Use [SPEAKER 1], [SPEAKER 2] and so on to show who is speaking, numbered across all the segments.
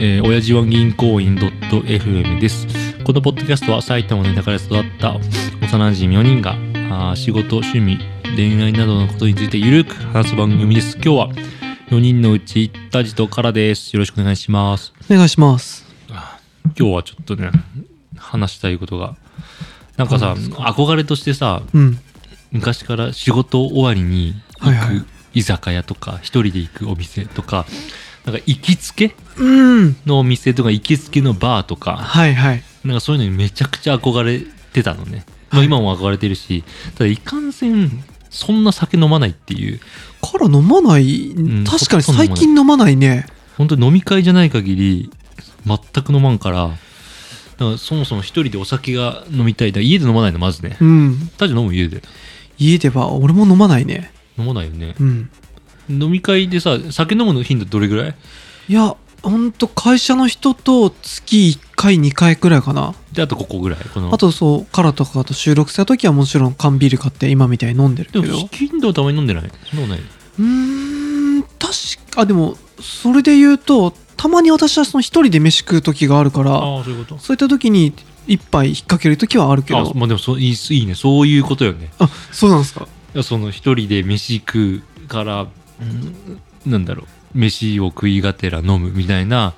[SPEAKER 1] えー、親父は銀行員 .fm です。このポッドキャストは埼玉の田舎で育った幼馴染4人があー仕事、趣味、恋愛などのことについてゆるく話す番組です。今日は4人のうち、タジとカラです。よろしくお願いします。
[SPEAKER 2] お願いします。
[SPEAKER 1] 今日はちょっとね、話したいことが。なんかさ、憧れとしてさ、
[SPEAKER 2] うん。
[SPEAKER 1] 昔から仕事終わりに
[SPEAKER 2] はいはい
[SPEAKER 1] 行く居酒屋とか、一人で行くお店とか、なんか行きつけ
[SPEAKER 2] うん。
[SPEAKER 1] のお店とか行きつけのバーとか
[SPEAKER 2] はいはい。
[SPEAKER 1] なんかそういうのにめちゃくちゃ憧れてたのね、まあ、今も憧れてるしただいかんせんそんな酒飲まないっていう
[SPEAKER 2] から飲まない、
[SPEAKER 1] ん
[SPEAKER 2] 確かに
[SPEAKER 1] ほとんど飲まない
[SPEAKER 2] 最近飲まないね。
[SPEAKER 1] 本当に飲み会じゃない限り全く飲まんからだからそもそも一人でお酒が飲みたいだから家で飲まないのまずね
[SPEAKER 2] うん。
[SPEAKER 1] タジ飲む家で
[SPEAKER 2] 家では俺も飲まないね。
[SPEAKER 1] 飲まないよね
[SPEAKER 2] うん。
[SPEAKER 1] 飲み会でさ酒飲むの頻度どれぐらい
[SPEAKER 2] いや、ほんと会社の人と月1回2回くらいかな。
[SPEAKER 1] であとここぐらいこの
[SPEAKER 2] あとそう、カラとかと収録した時はもちろん缶ビール買って今みたいに飲んでるけ
[SPEAKER 1] で
[SPEAKER 2] ど。
[SPEAKER 1] も
[SPEAKER 2] う
[SPEAKER 1] 頻度はたまに飲んでないそんなことない
[SPEAKER 2] ーん、確か、あ、でも、それで言うと、たまに私はその一人で飯食う時があるから、
[SPEAKER 1] ああそういうこと
[SPEAKER 2] そういった時に一杯引っ掛ける時はあるけ
[SPEAKER 1] あ
[SPEAKER 2] ど。
[SPEAKER 1] まあでもそういいいいねそういうことよね
[SPEAKER 2] あ、そうなんですか。
[SPEAKER 1] その一人で飯食うから、うんなんだろう飯を食いがてら飲むみたいな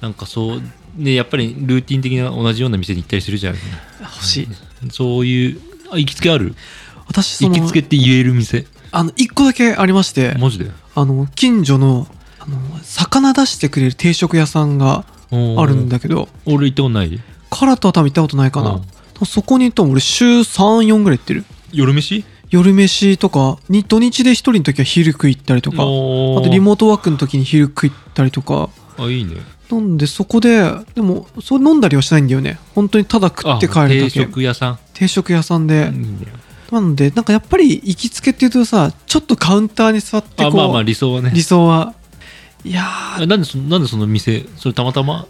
[SPEAKER 1] なんかそうねやっぱりルーティン的な同じような店に行ったりするじゃん
[SPEAKER 2] 欲しい。
[SPEAKER 1] そういうあ行きつけある
[SPEAKER 2] 私そ
[SPEAKER 1] 行
[SPEAKER 2] の
[SPEAKER 1] きつけって言える店
[SPEAKER 2] あの一個だけありまして
[SPEAKER 1] マジで
[SPEAKER 2] あの近所のあの魚出してくれる定食屋さんがあ
[SPEAKER 1] あ
[SPEAKER 2] るんだけど
[SPEAKER 1] 俺行ったことない
[SPEAKER 2] カラとは多分行ったことないかな、
[SPEAKER 1] うん
[SPEAKER 2] 多分そこにと俺週34ぐらい行ってる
[SPEAKER 1] 夜飯
[SPEAKER 2] 夜飯とかに土日で一人の時は昼食い行ったりとかあ
[SPEAKER 1] と
[SPEAKER 2] とリモートワークの時に昼食い行ったりとか
[SPEAKER 1] あいいね
[SPEAKER 2] なんでそこででもそう飲んだりはしないんだよね本当にただ食って帰るだ
[SPEAKER 1] あ定
[SPEAKER 2] け
[SPEAKER 1] 食屋さ
[SPEAKER 2] 定食屋さんで、
[SPEAKER 1] んいいね
[SPEAKER 2] なんでなんかやっぱり行きつけっていうとさちょっとカウンターに座って
[SPEAKER 1] あ
[SPEAKER 2] こう
[SPEAKER 1] まあまあ理想はね
[SPEAKER 2] 理想はいや
[SPEAKER 1] あなんでそなんでその店それたまたま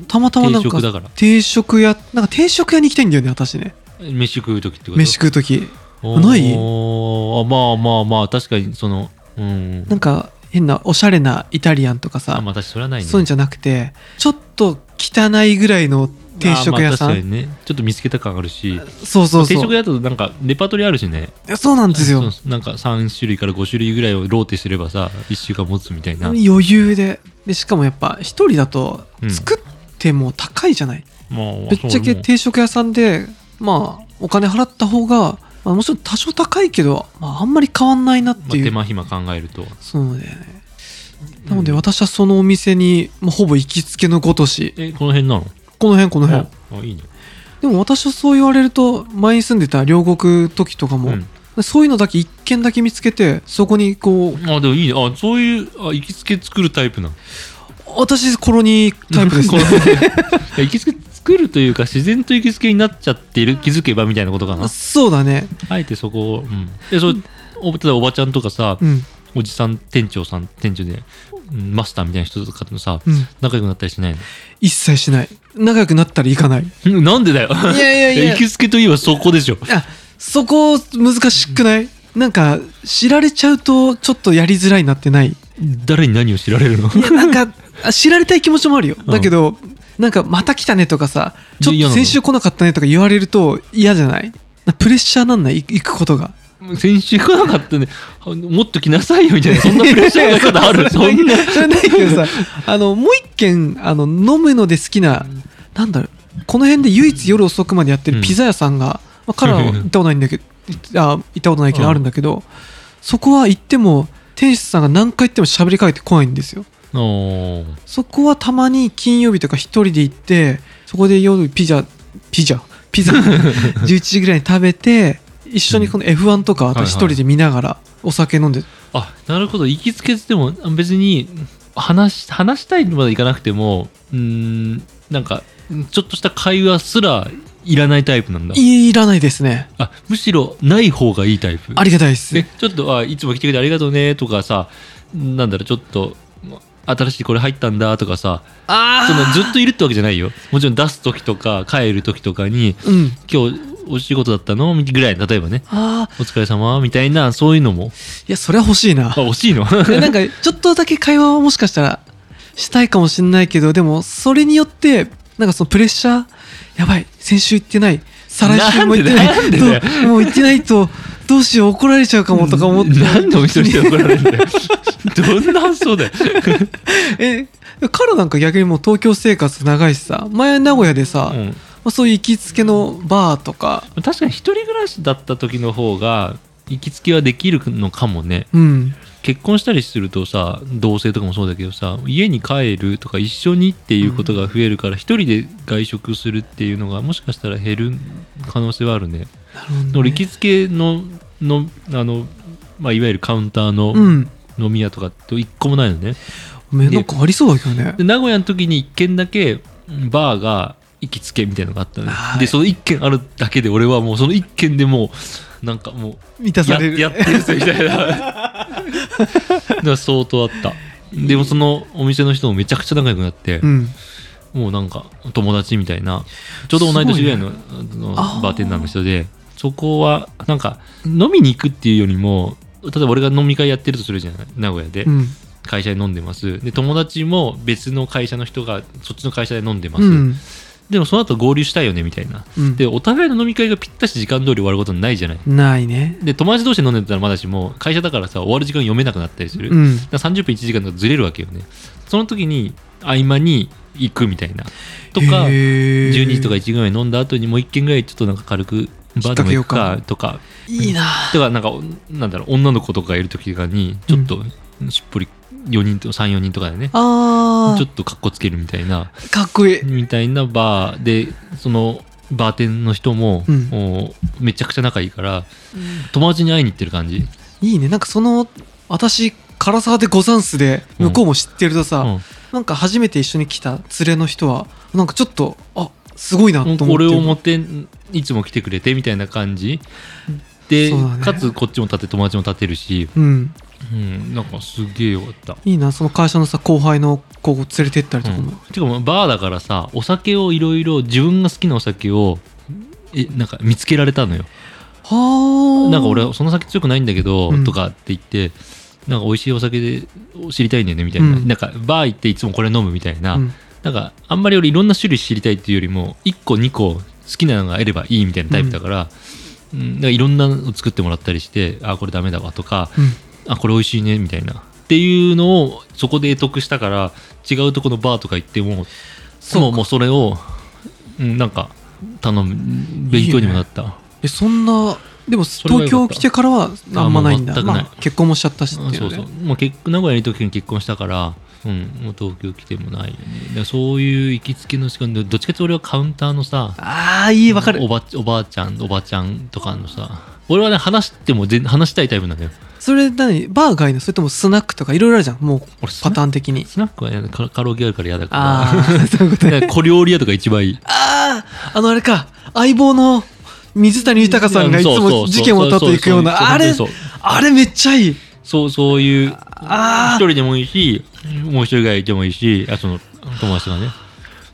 [SPEAKER 2] ーたまたまなん
[SPEAKER 1] 定食だ
[SPEAKER 2] か
[SPEAKER 1] から
[SPEAKER 2] 定食屋なんか定食屋に行きたいんだよね私ね
[SPEAKER 1] 飯食う時ってこと
[SPEAKER 2] 飯食う時ない
[SPEAKER 1] おーあまあまあまあ確かにそのうん
[SPEAKER 2] なんか変なおしゃれなイタリアンとか
[SPEAKER 1] あ
[SPEAKER 2] さ、
[SPEAKER 1] まあ確かにそれはないね
[SPEAKER 2] そういうんじゃなくてちょっと汚いぐらいの定食屋さん、
[SPEAKER 1] あまあ確かにねちょっと見つけた感あるし
[SPEAKER 2] そうそう
[SPEAKER 1] 定
[SPEAKER 2] そ
[SPEAKER 1] 食
[SPEAKER 2] う
[SPEAKER 1] 屋だとなんかレパートリーあるしね
[SPEAKER 2] えそうなんですよ
[SPEAKER 1] そうなんか3種類から5種類ぐらいをローテすればさ1週間持つみたいな、
[SPEAKER 2] 余裕ででしかもやっぱ一人だと
[SPEAKER 1] うん
[SPEAKER 2] 作っても高いじゃない、
[SPEAKER 1] まあ
[SPEAKER 2] ぶっちゃけ定食屋さんでまあお金払った方が、まあ、もちろん多少高いけど、まあ、あんまり変わんないなって
[SPEAKER 1] まあ、
[SPEAKER 2] いう
[SPEAKER 1] 手間暇考えると
[SPEAKER 2] そうだよね。なので私はそのお店に、まあ、ほぼ行きつけのごとし、
[SPEAKER 1] えこの辺なの
[SPEAKER 2] この辺この辺。
[SPEAKER 1] ああいいね
[SPEAKER 2] でも私はそう言われると、前に住んでた両国時とかも、
[SPEAKER 1] うん
[SPEAKER 2] そういうのだけ一軒だけ見つけて、そこにこう、
[SPEAKER 1] あでもいいねあそういうあ行きつけ作るタイプなの
[SPEAKER 2] 私コロニータイプです
[SPEAKER 1] この
[SPEAKER 2] ね。
[SPEAKER 1] 辺 いや行きつけ作るというか自然と行きつけになっちゃっている気づけばみたいなことかな
[SPEAKER 2] そうだね。
[SPEAKER 1] あえてそこを、うん、でそれお例えばおばちゃんとかさ、
[SPEAKER 2] うん。
[SPEAKER 1] おじさん店長さん店長で、うんマスターみたいな人とかとさ、
[SPEAKER 2] うん。
[SPEAKER 1] 仲良くなったりしない
[SPEAKER 2] 一切しない。仲良くなったら行か ない。い
[SPEAKER 1] の なんでだよい
[SPEAKER 2] やいやい や
[SPEAKER 1] 行。きつけといえばそこでしょ
[SPEAKER 2] あ、そこ難しくないなんか、知られちゃうとちょっとやりづらいなってない
[SPEAKER 1] 誰に何を知られるの
[SPEAKER 2] いやなんかあ知られたい気持ちもあるよ
[SPEAKER 1] うん
[SPEAKER 2] だけど、なんかまた来たねとかさちょっ
[SPEAKER 1] 嫌な
[SPEAKER 2] と
[SPEAKER 1] の
[SPEAKER 2] 先週来なかったねとか言われると嫌じゃないなプレッシャーなんないい行くことが
[SPEAKER 1] 先週来なかったねあもっと来なさいよみたいなそんなプレッシャーがかかあるそんな
[SPEAKER 2] それないけどさあのもう一軒あの飲むので好きななんだろうこの辺で唯一夜遅くまでやって
[SPEAKER 1] う
[SPEAKER 2] る
[SPEAKER 1] ん
[SPEAKER 2] ピザ屋さんが、まあ、カラーは行ったことないんだけど あ行ったことないけ
[SPEAKER 1] う
[SPEAKER 2] ど
[SPEAKER 1] ん
[SPEAKER 2] あるんだけど、そこは行っても店主さんが何回行っても喋りかけてこないんですよ
[SPEAKER 1] おー
[SPEAKER 2] そこはたまに金曜日とか一人で行ってそこで夜ピザピザピ ザ11時ぐらいに食べて一緒にこの F1 とかあと一人で見ながらお酒飲んで、
[SPEAKER 1] あなるほど行きつけっても別に話し話したいまでいかなくてもうーんなんかちょっとした会話すらいらないタイプなんだ
[SPEAKER 2] い、らないですね
[SPEAKER 1] あむしろない方がいいタイプ
[SPEAKER 2] ありがたいです
[SPEAKER 1] えちょっとあいつも来てくれてありがとうねとかさなんだろうちょっと新しいこれ入ったんだとかさ
[SPEAKER 2] あ
[SPEAKER 1] そのずっといるってわけじゃないよもちろん出す時とか帰る時とかに
[SPEAKER 2] とうん
[SPEAKER 1] 今日お仕事だったのぐらい例えばね
[SPEAKER 2] ああ
[SPEAKER 1] お疲れ様みたいなそういうのも
[SPEAKER 2] いやそれは欲しいな
[SPEAKER 1] あ惜しいの
[SPEAKER 2] えなんかちょっとだけ会話はもしかしたらしたいかもしれないけどでもそれによってなんかそのプレッシャーやばい先週行ってない再来週も行ってない
[SPEAKER 1] なんでだよなんでだ
[SPEAKER 2] ともう行ってないとどうしよう怒られちゃうかもとか思って
[SPEAKER 1] なんでお一人で怒られるんだよ どんな発想だよ
[SPEAKER 2] えカロなんか逆にもう東京生活長いしさ前名古屋でさ、
[SPEAKER 1] う
[SPEAKER 2] ま
[SPEAKER 1] ん
[SPEAKER 2] あ、そういう行きつけのバーとか
[SPEAKER 1] 確かに一人暮らしだった時の方が行きつけはできるのかもね
[SPEAKER 2] うん
[SPEAKER 1] 結婚したりするとさ同棲とかもそうだけどさ家に帰るとか一緒にっていうことが増えるから一人で外食するっていうのがもしかしたら減る可能性はあるね。
[SPEAKER 2] なるほどね
[SPEAKER 1] 俺行きつけののあの、まあ、いわゆるカウンターの
[SPEAKER 2] うん
[SPEAKER 1] 飲み屋とかと一個もないのね。
[SPEAKER 2] 目なんかありそうだけどね
[SPEAKER 1] で名古屋の時に一軒だけバーが行きつけみたいなのがあったのね
[SPEAKER 2] はい
[SPEAKER 1] でその一軒あるだけで俺はもうその一軒でもうなんかもう
[SPEAKER 2] 満たさ
[SPEAKER 1] や
[SPEAKER 2] れる
[SPEAKER 1] やってるぜみたいな だから相当あったでもそのお店の人もめちゃくちゃ仲良くなって、
[SPEAKER 2] うん
[SPEAKER 1] もうなんか友達みたいなちょうど同い年ぐらいの,、の
[SPEAKER 2] あー
[SPEAKER 1] バーテンダーの人でそこはなんか飲みに行くっていうよりも例えば俺が飲み会やってるとするじゃない名古屋で、
[SPEAKER 2] うん
[SPEAKER 1] 会社で飲んでますで友達も別の会社の人がそっちの会社で飲んでます、
[SPEAKER 2] うん
[SPEAKER 1] でもその後合流したいよねみたいな
[SPEAKER 2] うん
[SPEAKER 1] でお互いの飲み会がぴったし時間通り終わることないじゃない
[SPEAKER 2] ないね
[SPEAKER 1] で友達同士で飲んでたらまだしも会社だからさ終わる時間読めなくなったりする、
[SPEAKER 2] う
[SPEAKER 1] だか
[SPEAKER 2] ん
[SPEAKER 1] ら30分1時間とかずれるわけよねその時に合間に行くみたいなとか12
[SPEAKER 2] 12
[SPEAKER 1] 時とか1時ぐらい飲んだ後にもう1軒ぐらいちょっとなんか軽くバーでも行く
[SPEAKER 2] きっ
[SPEAKER 1] か
[SPEAKER 2] かけを
[SPEAKER 1] とか
[SPEAKER 2] いいな
[SPEAKER 1] だからなんかなんだろう女の子とかいる時とかにちょっとしっぽり4人と34人とかでね
[SPEAKER 2] あ
[SPEAKER 1] ちょ
[SPEAKER 2] ー
[SPEAKER 1] っとかっこつけるみたいな
[SPEAKER 2] かっこいい
[SPEAKER 1] みたいなバーでそのバーテンの人も,、
[SPEAKER 2] うん
[SPEAKER 1] もうめちゃくちゃ仲いいから友達に会いに行ってる感じ、
[SPEAKER 2] いいねなんかその私唐沢でござんすで向こうも知ってるとさ、
[SPEAKER 1] うん
[SPEAKER 2] なんか初めて一緒に来た連れの人はなんかちょっとあすごいなと思って
[SPEAKER 1] 俺をもっていつも来てくれてみたいな感じで、
[SPEAKER 2] そうだね
[SPEAKER 1] かつこっちも立て友達も立てるし、
[SPEAKER 2] うん
[SPEAKER 1] うん、なんかすげえよかった。
[SPEAKER 2] いいなその会社のさ後輩の子を連れてったりとか
[SPEAKER 1] うん
[SPEAKER 2] も、
[SPEAKER 1] てかもうバーだからさお酒をいろいろ自分が好きなお酒をえなんか見つけられたのよ
[SPEAKER 2] はあ
[SPEAKER 1] なんか俺その酒強くないんだけど、
[SPEAKER 2] うん
[SPEAKER 1] とかって言ってなんか美味しいお酒で知りたいんだよねみたいな、
[SPEAKER 2] うん
[SPEAKER 1] なんかバー行っていつもこれ飲むみたいな、
[SPEAKER 2] うん
[SPEAKER 1] なんかあんまり俺いろんな種類知りたいっていうよりも1個2個好きなのが得ればいいみたいなタイプだから,、うんなんかいろんなのを作ってもらったりしてあこれダメだわとか
[SPEAKER 2] うん
[SPEAKER 1] あこれ美味しいねみたいなっていうのをそこで得得したから違うとこのバーとか行っても
[SPEAKER 2] そう
[SPEAKER 1] もうもうそれを、うん、なんか頼む勉強にもなった
[SPEAKER 2] えそんなでも
[SPEAKER 1] れはよ
[SPEAKER 2] 東
[SPEAKER 1] かっ
[SPEAKER 2] 京
[SPEAKER 1] た
[SPEAKER 2] 来てからはあんまないんだ
[SPEAKER 1] あもう全くない
[SPEAKER 2] まあ、結婚もしちゃったしっていう
[SPEAKER 1] あ
[SPEAKER 2] ね
[SPEAKER 1] そうそうもう結名古屋にいる時に結婚したから、うん、もう東京来てもないよねだからそういう行きつけの時間でどっちかっていうと俺はカウンターのさ
[SPEAKER 2] ああいいわかる
[SPEAKER 1] おばおばあちゃんおばちゃんとかのさ俺はね話しても全話したいタイプなんだよ
[SPEAKER 2] それ何バーがいいのそれともスナックとかいろいろあるじゃんもう
[SPEAKER 1] 俺スナ
[SPEAKER 2] パターン的に
[SPEAKER 1] スナックはねカラカラ オケあるから嫌だから
[SPEAKER 2] ああ そういう ことね
[SPEAKER 1] だから小料理屋とか一番いい
[SPEAKER 2] あああのあれか相棒の水谷豊さんがいつ
[SPEAKER 1] そうそうそ
[SPEAKER 2] も
[SPEAKER 1] う
[SPEAKER 2] 事件を立っていくようなあれ
[SPEAKER 1] そう
[SPEAKER 2] あれめっちゃいい
[SPEAKER 1] そうそういう一
[SPEAKER 2] ああ
[SPEAKER 1] 人でもいいしもう一人がいてもいいしあその友達がね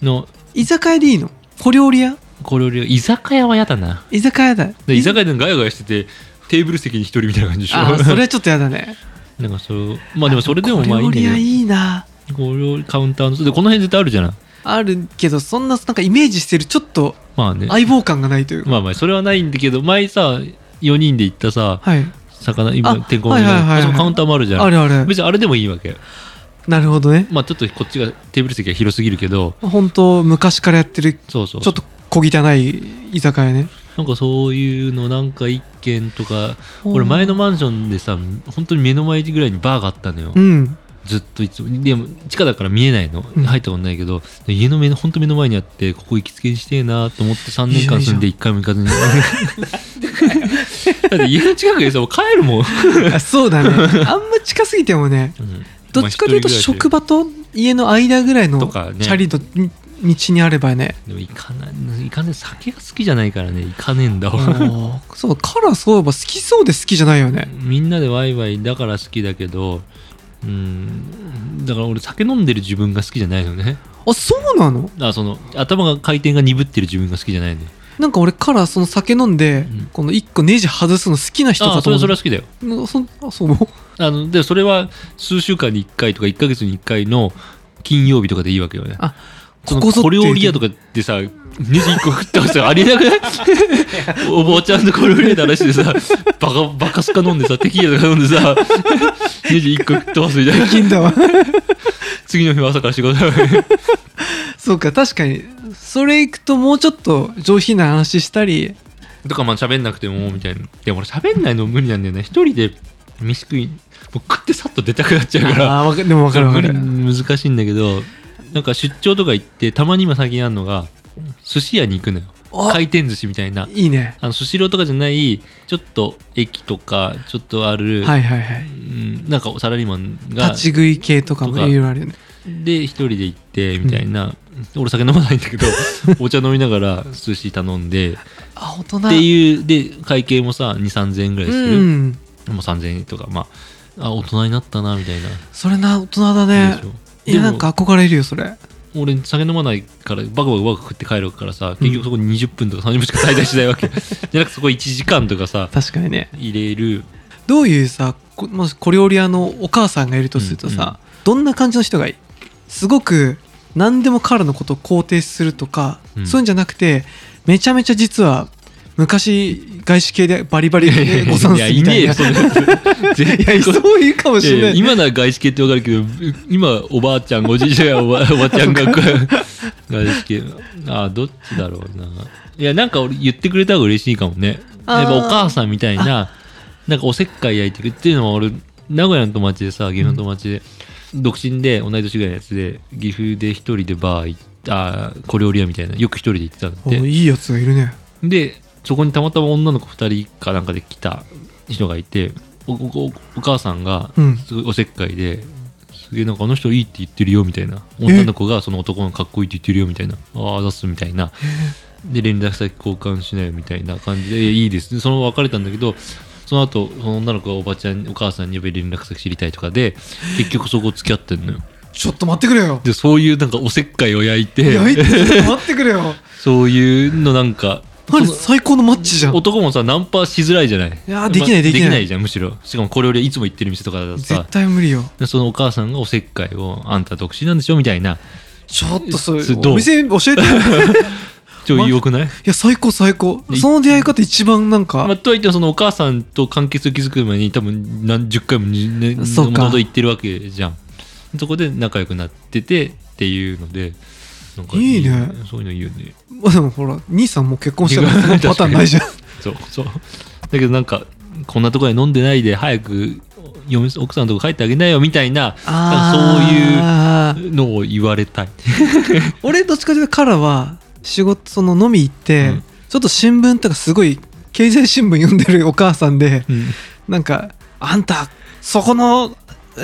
[SPEAKER 1] の
[SPEAKER 2] 居酒屋でいいの小料理屋
[SPEAKER 1] 小料理屋居酒屋は嫌だな
[SPEAKER 2] 居酒屋だ
[SPEAKER 1] で居酒屋でガヤガヤしててテーブル席に一人みたいな感じでしょ
[SPEAKER 2] あーそれはちょっとやだね
[SPEAKER 1] なんかそれまあでもそれでもまあいいん
[SPEAKER 2] 小
[SPEAKER 1] だ
[SPEAKER 2] 料理屋
[SPEAKER 1] け
[SPEAKER 2] いいな
[SPEAKER 1] どこれをカウンターのでこの辺絶対あるじゃない
[SPEAKER 2] あるけどそんななんかイメージしてるちょっと
[SPEAKER 1] まあね
[SPEAKER 2] 相棒感がないというか
[SPEAKER 1] まあまあそれはないんだけど前さ4人で行ったさ
[SPEAKER 2] はい
[SPEAKER 1] 魚
[SPEAKER 2] あ
[SPEAKER 1] 今天候の
[SPEAKER 2] はいはいはいはい
[SPEAKER 1] あそこカウンターもあるじゃ
[SPEAKER 2] あ
[SPEAKER 1] ん
[SPEAKER 2] るある
[SPEAKER 1] 別にあれでもいいわけ
[SPEAKER 2] なるほどね
[SPEAKER 1] まあちょっとこっちがテーブル席が広すぎるけど
[SPEAKER 2] 本当昔からやってる
[SPEAKER 1] そうそう
[SPEAKER 2] ちょっと小汚い居酒屋ね
[SPEAKER 1] なんかそういうのなんか一軒とか俺前のマンションでさ本当に目の前ぐらいにバーがあったのよ
[SPEAKER 2] うん
[SPEAKER 1] ずっといつもでも地下だから見えないの
[SPEAKER 2] うん
[SPEAKER 1] 入ったことないけど、で家の目の本当目の前にあってここ行きつけにしてえなと思って3年間住んで1回も行かずに だって家の近くでさもう帰るもん、
[SPEAKER 2] あそう だねあんま近すぎてもねどっちかというと職
[SPEAKER 1] 場
[SPEAKER 2] 場と家の間ぐらいの
[SPEAKER 1] と
[SPEAKER 2] チ
[SPEAKER 1] かね
[SPEAKER 2] ャリの道にあれば ね
[SPEAKER 1] でも行かない行かない酒が好きじゃないからね行かねえんだわ
[SPEAKER 2] もうそうカラーそういえば好きそうで好きじゃないよね
[SPEAKER 1] みんなでワイワイだから好きだけどうんだから俺酒飲んでる自分が好きじゃないのね
[SPEAKER 2] あそうなの
[SPEAKER 1] あその頭が回転が鈍ってる自分が好きじゃないのよ
[SPEAKER 2] なんか俺カラーその酒飲んで、
[SPEAKER 1] うん
[SPEAKER 2] この一個ネジ外すの好きな人
[SPEAKER 1] あ
[SPEAKER 2] か
[SPEAKER 1] そ
[SPEAKER 2] と
[SPEAKER 1] れ
[SPEAKER 2] 思
[SPEAKER 1] は
[SPEAKER 2] っ
[SPEAKER 1] そ
[SPEAKER 2] た
[SPEAKER 1] れは好きだよ
[SPEAKER 2] うんそんあそう
[SPEAKER 1] あのでそれは数週間に1回とか1ヶ月に1回の金曜日とかでいいわけよね。
[SPEAKER 2] あ
[SPEAKER 1] その
[SPEAKER 2] ここぞって
[SPEAKER 1] 小料理屋とかでさ、21個食ってますよ。ありえなくない お坊ちゃんの小料理屋の話でさ、バカ、バカスカ飲んでさ、テキーラとか飲んでさ、21個食ってますみたいな。
[SPEAKER 2] 金だわ
[SPEAKER 1] 次の日は朝から仕事だよ
[SPEAKER 2] そうか確かにそれ行くともうちょっと上品な話したり
[SPEAKER 1] とかまあ喋んなくてもみたいなでも俺喋んないの無理なんだよね一人で飯食いもう食ってさっと出たくなっちゃうから
[SPEAKER 2] あーわかでも分かる分かる
[SPEAKER 1] 無理難しいんだけどなんか出張とか行ってたまに今最近あるのが寿司屋に行くのよ
[SPEAKER 2] あ
[SPEAKER 1] 回転寿司みたいない
[SPEAKER 2] いね
[SPEAKER 1] あのスシローとかじゃないちょっと駅とかちょっとある、
[SPEAKER 2] はいはいはい
[SPEAKER 1] うんなんかサラリーマンが
[SPEAKER 2] 立ち食い系とかも
[SPEAKER 1] とか
[SPEAKER 2] いろいろあるよね
[SPEAKER 1] で一人で行ってみたいな、俺酒飲まないんだ けどお茶飲みながら寿司頼んで
[SPEAKER 2] あ大人
[SPEAKER 1] っていうで会計もさ2 3千円ぐらいす
[SPEAKER 2] う
[SPEAKER 1] る、
[SPEAKER 2] ん
[SPEAKER 1] もう3千円とかまああ大人になったなみたいな、
[SPEAKER 2] それな大人だ
[SPEAKER 1] いい
[SPEAKER 2] ね
[SPEAKER 1] でしょ
[SPEAKER 2] い
[SPEAKER 1] で
[SPEAKER 2] や
[SPEAKER 1] も
[SPEAKER 2] なんか憧れるよそれ
[SPEAKER 1] 俺酒飲まないからバカバカバカ食って帰るからさ結局そこに20分とか30分しか滞在しないわ けじゃなくてそこ1時間とかさ
[SPEAKER 2] 確かにね
[SPEAKER 1] 入れる
[SPEAKER 2] どういうさこもし小料理屋のお母さんがいるとするとさ、どんな感じの人がいいすごく何でも彼のことを肯定するとか、
[SPEAKER 1] うん
[SPEAKER 2] そういうんじゃなくてめちゃめちゃ実は昔外資系でバリバリごさん
[SPEAKER 1] いや
[SPEAKER 2] す
[SPEAKER 1] い
[SPEAKER 2] みた
[SPEAKER 1] ねえ
[SPEAKER 2] い
[SPEAKER 1] よ
[SPEAKER 2] ない
[SPEAKER 1] そんなやつ絶
[SPEAKER 2] や
[SPEAKER 1] 対こ
[SPEAKER 2] そういうかもし
[SPEAKER 1] い
[SPEAKER 2] れ
[SPEAKER 1] や
[SPEAKER 2] ないい
[SPEAKER 1] や今なら外資系ってわかるけどう今おばあちゃんおじいちゃんやおばおばちゃんがこう外資系あどっちだろうないやなんか俺言ってくれた方が嬉しいかもね
[SPEAKER 2] あー
[SPEAKER 1] やっぱお母さんみたいななんかおせっかい焼いてくっていうのは俺名古屋の友達でさ芸能の友達で、独身で同い年ぐらいのやつで岐阜で一人でバー行った小料理屋みたいなよく一人で行ってたんだっ
[SPEAKER 2] お
[SPEAKER 1] て
[SPEAKER 2] いいやつがいるね
[SPEAKER 1] でそこにたまたま女の子2人かなんかで来た人がいておおおお母さんが
[SPEAKER 2] うん
[SPEAKER 1] すごいおせっかいで、すげえなんかあの人いいって言ってるよみたいな女の子がその男のかっこいいって言ってるよみたいなああ出すみたいなで連絡先交換しないよみたいな感じでいやいいですねそのまま別れたんだけどその後その女の子がおばちゃんお母さんに呼び連絡先知りたいとかで結局そこ付き合ってんのよ
[SPEAKER 2] ちょっと待ってくれよ
[SPEAKER 1] でそういうなんかおせっかいを焼いて
[SPEAKER 2] やいやちょっと待ってくれよ
[SPEAKER 1] そういうのなんか
[SPEAKER 2] 何最高のマッチじゃん
[SPEAKER 1] 男もさナンパしづらいじゃない
[SPEAKER 2] やできないできな
[SPEAKER 1] で
[SPEAKER 2] い
[SPEAKER 1] きないじゃんむしろしかもこれ俺いつも行ってる店とかだとさ
[SPEAKER 2] 絶対無理よ
[SPEAKER 1] でそのお母さんがおせっかいをあんた独身なんでしょみたいな
[SPEAKER 2] ちょっとそれ
[SPEAKER 1] それどう
[SPEAKER 2] お店教えてい
[SPEAKER 1] ちょ良くない、
[SPEAKER 2] や最高最高その出会い方一番なんか
[SPEAKER 1] まあ、とはいってもそのお母さんと関係性を築く前に多分何十回もね
[SPEAKER 2] そ
[SPEAKER 1] も
[SPEAKER 2] う
[SPEAKER 1] と
[SPEAKER 2] か
[SPEAKER 1] もと行ってるわけじゃんそこで仲良くなっててっていうのでなんか
[SPEAKER 2] いいね
[SPEAKER 1] そういうのいいよね
[SPEAKER 2] まあでもほら兄さんもう結婚したからそのパターンないじゃん
[SPEAKER 1] そうそうだけどなんかこんなところで飲んでないで早く嫁奥さんのとこ帰ってあげなよみたいななんかそうい
[SPEAKER 2] いう
[SPEAKER 1] うのを言われたい
[SPEAKER 2] 俺どっちかというと彼は仕事その飲み行って、
[SPEAKER 1] うん
[SPEAKER 2] ちょっと新聞とかすごい経済新聞読んでるお母さんで
[SPEAKER 1] うん
[SPEAKER 2] なんか「あんたそこの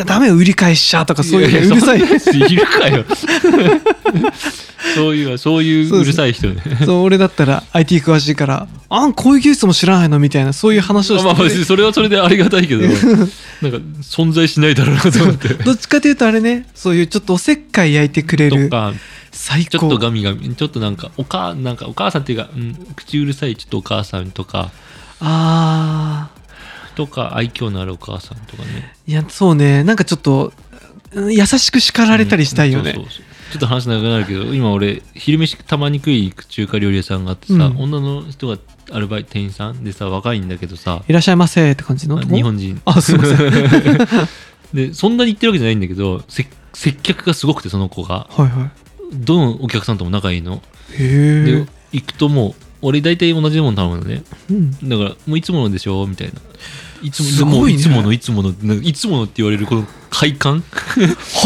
[SPEAKER 2] ダメ売り返しちゃ」とかそういううるさい
[SPEAKER 1] ややそんなやついる かよそういうそういううるさい人ね
[SPEAKER 2] そう俺だったら IT 詳しいから「あんこういう技術も知らないの?」みたいなそういう話を
[SPEAKER 1] まあまあ
[SPEAKER 2] してて
[SPEAKER 1] それはそれでありがたいけどなんか存在しないだろうなと思って
[SPEAKER 2] どっちかと いうとあれねそういうちょっとおせっかい焼いてくれ
[SPEAKER 1] と
[SPEAKER 2] る
[SPEAKER 1] か
[SPEAKER 2] 最
[SPEAKER 1] ちょっと
[SPEAKER 2] 高
[SPEAKER 1] ガミガミちょっとなんかおかなんかお母さんっていうか、うん、口うるさいちょっとお母さんとか
[SPEAKER 2] あー
[SPEAKER 1] とか愛嬌のあるお母さんとかね
[SPEAKER 2] いやそうねなんかちょっとうん優しく叱られたりしたいよね、
[SPEAKER 1] そうそうそうちょっと話長くなるけど今俺昼飯たまに食いに行く中華料理屋さんがあってさ、
[SPEAKER 2] うん
[SPEAKER 1] 女の人がアルバイト店員さんでさ若いんだけどさ
[SPEAKER 2] いらっしゃいませって感じのとこ
[SPEAKER 1] 日本人
[SPEAKER 2] あすい ませんはい
[SPEAKER 1] でそんなに言ってるわけじゃないんだけどせ接客がすごくてその子が
[SPEAKER 2] は
[SPEAKER 1] どのお客さんとも仲いいの、
[SPEAKER 2] いへえ
[SPEAKER 1] で、行くともう俺大体同じもの頼むのね
[SPEAKER 2] うん、
[SPEAKER 1] だからもういつものでしょみたいないつも
[SPEAKER 2] すごいね
[SPEAKER 1] もういつものいつものなんかいつものって言われるこの快感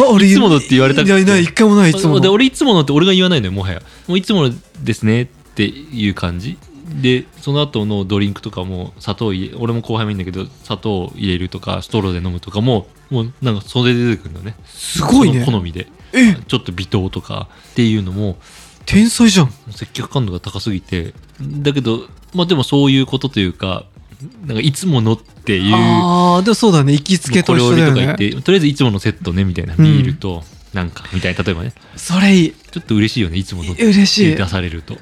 [SPEAKER 2] は俺
[SPEAKER 1] いつものって言われたく
[SPEAKER 2] い
[SPEAKER 1] て
[SPEAKER 2] やいない一回もないいつもの
[SPEAKER 1] で俺いつものって俺が言わないのよもはやもういつものですねっていう感じでその後のドリンクとかも砂糖入れ俺も後輩もいいんだけど砂糖を入れるとかストローで飲むとかももうなんかそれで出てくるのね
[SPEAKER 2] すごいね
[SPEAKER 1] その好みで
[SPEAKER 2] え
[SPEAKER 1] ちょっと微糖とかっていうのも
[SPEAKER 2] 天才じゃん
[SPEAKER 1] 接客感度が高すぎてだけどまあでもそういうことというかなんかいつものっていう
[SPEAKER 2] ああでもそうだね行きつけと
[SPEAKER 1] 小
[SPEAKER 2] 一
[SPEAKER 1] 料理
[SPEAKER 2] 緒だ
[SPEAKER 1] とか
[SPEAKER 2] よ
[SPEAKER 1] 言っ
[SPEAKER 2] ね
[SPEAKER 1] てとりあえずいつものセットねみたいな
[SPEAKER 2] うん
[SPEAKER 1] ビールとなんかみたいな例えばね
[SPEAKER 2] それいい
[SPEAKER 1] ちょっと嬉しいよねいつものって
[SPEAKER 2] 嬉しい
[SPEAKER 1] 出されると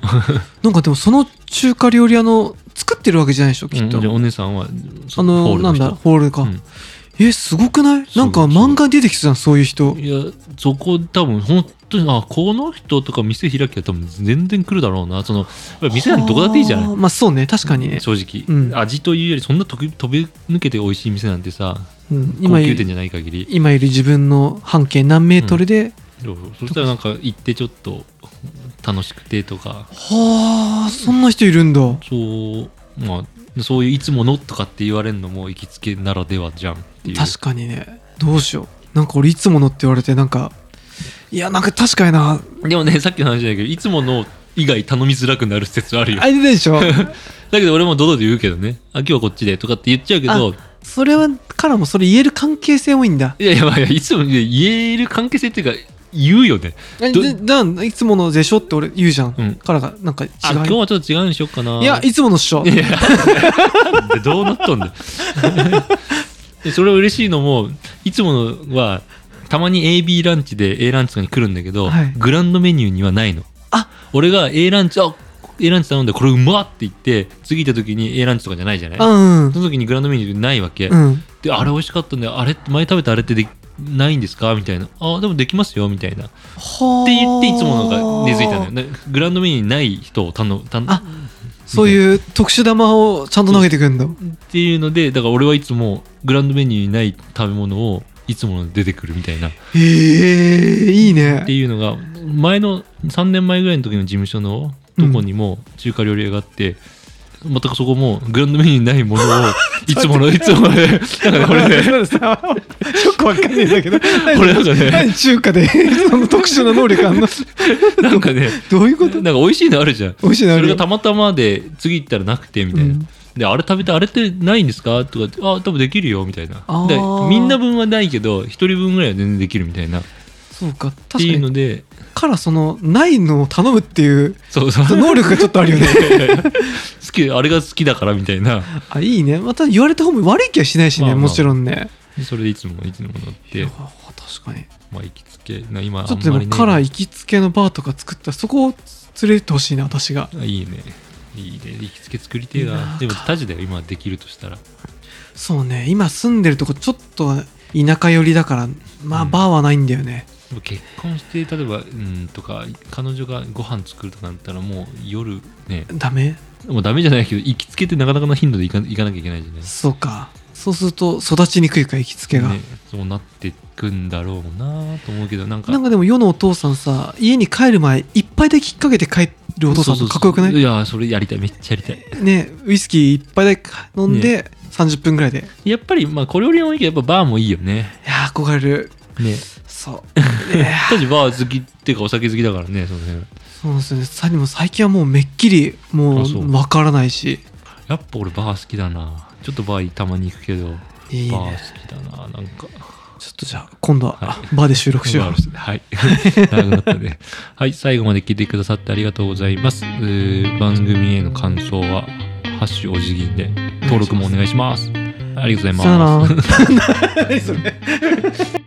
[SPEAKER 2] なんかでもその中華料理屋の作ってるわけじゃないでしょきっと、
[SPEAKER 1] うんじゃあお姉さんは
[SPEAKER 2] あ
[SPEAKER 1] ホー
[SPEAKER 2] の
[SPEAKER 1] ル
[SPEAKER 2] なんだホールか、
[SPEAKER 1] うん
[SPEAKER 2] えすごくない
[SPEAKER 1] そう
[SPEAKER 2] なんか漫画に出てきそうじゃんそういう人
[SPEAKER 1] いやそこ多分本当にあこの人とか店開きゃ多分全然来るだろうなそのやっぱり店なんてどこだっていいじゃ
[SPEAKER 2] は
[SPEAKER 1] な
[SPEAKER 2] あまあそうね確かにね
[SPEAKER 1] い、正直、
[SPEAKER 2] うん
[SPEAKER 1] 味というよりそんな飛び飛び抜けて美味しい店なんてさ
[SPEAKER 2] うん、
[SPEAKER 1] 高
[SPEAKER 2] 今い
[SPEAKER 1] 級店
[SPEAKER 2] る
[SPEAKER 1] じゃない限り
[SPEAKER 2] 今いる自分の半径何メートルで、
[SPEAKER 1] そうそしたらなんか行ってちょっと楽しくてとか
[SPEAKER 2] はあそんな人いるんだ
[SPEAKER 1] そうまあそういういつものとかって言われるのも行きつけならではじゃんっていう
[SPEAKER 2] 確かにねどうしようなんか俺いつものって言われてなんかいやなんか確かにな
[SPEAKER 1] でもねさっきの話じゃないけどいつもの以外頼みづらくなる説あるよ
[SPEAKER 2] あれで しょ
[SPEAKER 1] だけど俺も堂々と言うけどねあ今日はこっちでとかって言っちゃうけど
[SPEAKER 2] それはからもそれ言える関係性もいいんだ
[SPEAKER 1] いやいやまあいやいつもね言える関係性っていうか言うよね
[SPEAKER 2] え
[SPEAKER 1] ど
[SPEAKER 2] でだいつものでしょって俺言うじゃん、
[SPEAKER 1] うん
[SPEAKER 2] からがなんか違
[SPEAKER 1] あ今日
[SPEAKER 2] う
[SPEAKER 1] はちょっと違うにしよっかないい
[SPEAKER 2] やいつものっしょ
[SPEAKER 1] いやなん でどうなっとんだよでそれ嬉しいのもいつものはたまに AB ランチで A ランチとかに来るんだけど、
[SPEAKER 2] はい
[SPEAKER 1] グランドメニューにはないの
[SPEAKER 2] あ
[SPEAKER 1] 俺が A ランチあ A ランチ頼んでこれうまっって言って次行った時に A ランチとかじゃないじゃない
[SPEAKER 2] うん
[SPEAKER 1] その時にグランドメニューないわけ、
[SPEAKER 2] うん
[SPEAKER 1] であれ美味しかったんだよあれ前食べたあれってできないんですかみたいなあでもできますよみたいなって
[SPEAKER 2] はあ
[SPEAKER 1] 言っていつものが根付いたのよでグランドメニューにない人を頼む頼む
[SPEAKER 2] あそういう特殊玉をちゃんと投げてくんだ
[SPEAKER 1] っていうのでだから俺はいつもグランドメニューにない食べ物をいつもの出てくるみたいなっ
[SPEAKER 2] へえいいね
[SPEAKER 1] ていうのが前の3年前ぐらいの時の事務所のとこにも中華料理屋があって、全くそこもグランドメニューにない ものをいつものいつもの でだからこれね
[SPEAKER 2] なんかさよくわかんないんだけ ど
[SPEAKER 1] これなんかね
[SPEAKER 2] 何中華でその特殊な能力あんの
[SPEAKER 1] なんかね
[SPEAKER 2] どういうこ
[SPEAKER 1] な
[SPEAKER 2] と
[SPEAKER 1] んか美味しいのあるじゃん
[SPEAKER 2] 美味しいのあ
[SPEAKER 1] そ
[SPEAKER 2] る
[SPEAKER 1] れ
[SPEAKER 2] よ
[SPEAKER 1] がたまたまで次行ったらなくてみたいな、
[SPEAKER 2] うん
[SPEAKER 1] であれ食べてあれってないんですかとかあ多分できるよみたいな
[SPEAKER 2] あ
[SPEAKER 1] で
[SPEAKER 2] ー
[SPEAKER 1] みんな分はないけど1人分ぐらいは全然できるみたいなっ
[SPEAKER 2] そうか
[SPEAKER 1] て
[SPEAKER 2] 確か
[SPEAKER 1] いうの
[SPEAKER 2] に
[SPEAKER 1] で
[SPEAKER 2] からそのないのを頼むっていう
[SPEAKER 1] そうそう
[SPEAKER 2] その能力がちょっとあるよね
[SPEAKER 1] 好きあれが好きだからみたいな
[SPEAKER 2] あいいねまた言われた方も悪い気はしないしね、
[SPEAKER 1] まあまあ
[SPEAKER 2] もちろんね
[SPEAKER 1] それでいつもいつも乗っ
[SPEAKER 2] い
[SPEAKER 1] て
[SPEAKER 2] や確かに
[SPEAKER 1] まあ行きつけな今
[SPEAKER 2] ち
[SPEAKER 1] あ
[SPEAKER 2] ょっ
[SPEAKER 1] ん
[SPEAKER 2] と
[SPEAKER 1] ま
[SPEAKER 2] で
[SPEAKER 1] り
[SPEAKER 2] も
[SPEAKER 1] ね
[SPEAKER 2] カラー行きつけのバーとか作ったらそこを連れてってほしいな私が
[SPEAKER 1] あいいねいいね行きつけ作りてえ
[SPEAKER 2] いいな
[SPEAKER 1] な
[SPEAKER 2] あ
[SPEAKER 1] でもタジだよ今できるとしたら
[SPEAKER 2] そうね今住んでるとこちょっと田舎寄りだからまあ
[SPEAKER 1] うん
[SPEAKER 2] バーはないんだよね、
[SPEAKER 1] でも結婚して例えばうんとか彼女がご飯作るとかなったらもう夜ね
[SPEAKER 2] ダメ
[SPEAKER 1] もうダメじゃないけど行きつけってなかなかの頻度で行か行かなきゃいけないじゃない
[SPEAKER 2] そうかそうすると育ちにくいか行きつけが、
[SPEAKER 1] ね、そうなってくんだろうなと思うけどなんか
[SPEAKER 2] なんかでも世のお父さんさ家に帰る前いっぱいだけ引っ掛けて帰るお父さん
[SPEAKER 1] そうそうそ
[SPEAKER 2] と
[SPEAKER 1] う
[SPEAKER 2] かっこよくない
[SPEAKER 1] いやそれやりたいめっちゃやりたい
[SPEAKER 2] ねウイスキーいっぱいだけ飲んで、30分ぐらいでい
[SPEAKER 1] やっぱりまあ小料理もいいけどやっぱバーもいいよね
[SPEAKER 2] やー憧れる
[SPEAKER 1] ね
[SPEAKER 2] そう ね
[SPEAKER 1] 私バー好きっていうかお酒好きだからねその辺
[SPEAKER 2] そうですよねさにも最近はもうめっきりも
[SPEAKER 1] あそう
[SPEAKER 2] うわからないし
[SPEAKER 1] やっぱ俺バー好きだなちょっとバーたまに行くけど
[SPEAKER 2] いい
[SPEAKER 1] バー
[SPEAKER 2] ね
[SPEAKER 1] 好きだななんか
[SPEAKER 2] ちょっとじゃあ今度は、
[SPEAKER 1] は
[SPEAKER 2] バーで収録しよ
[SPEAKER 1] バ
[SPEAKER 2] う
[SPEAKER 1] ーですねはい 長くなったねはい最後まで聞いてくださってありがとうございます、えー番組への感想は「ハッシュおじぎん」で登録もお願いしますありがとうございます
[SPEAKER 2] さよなら何それ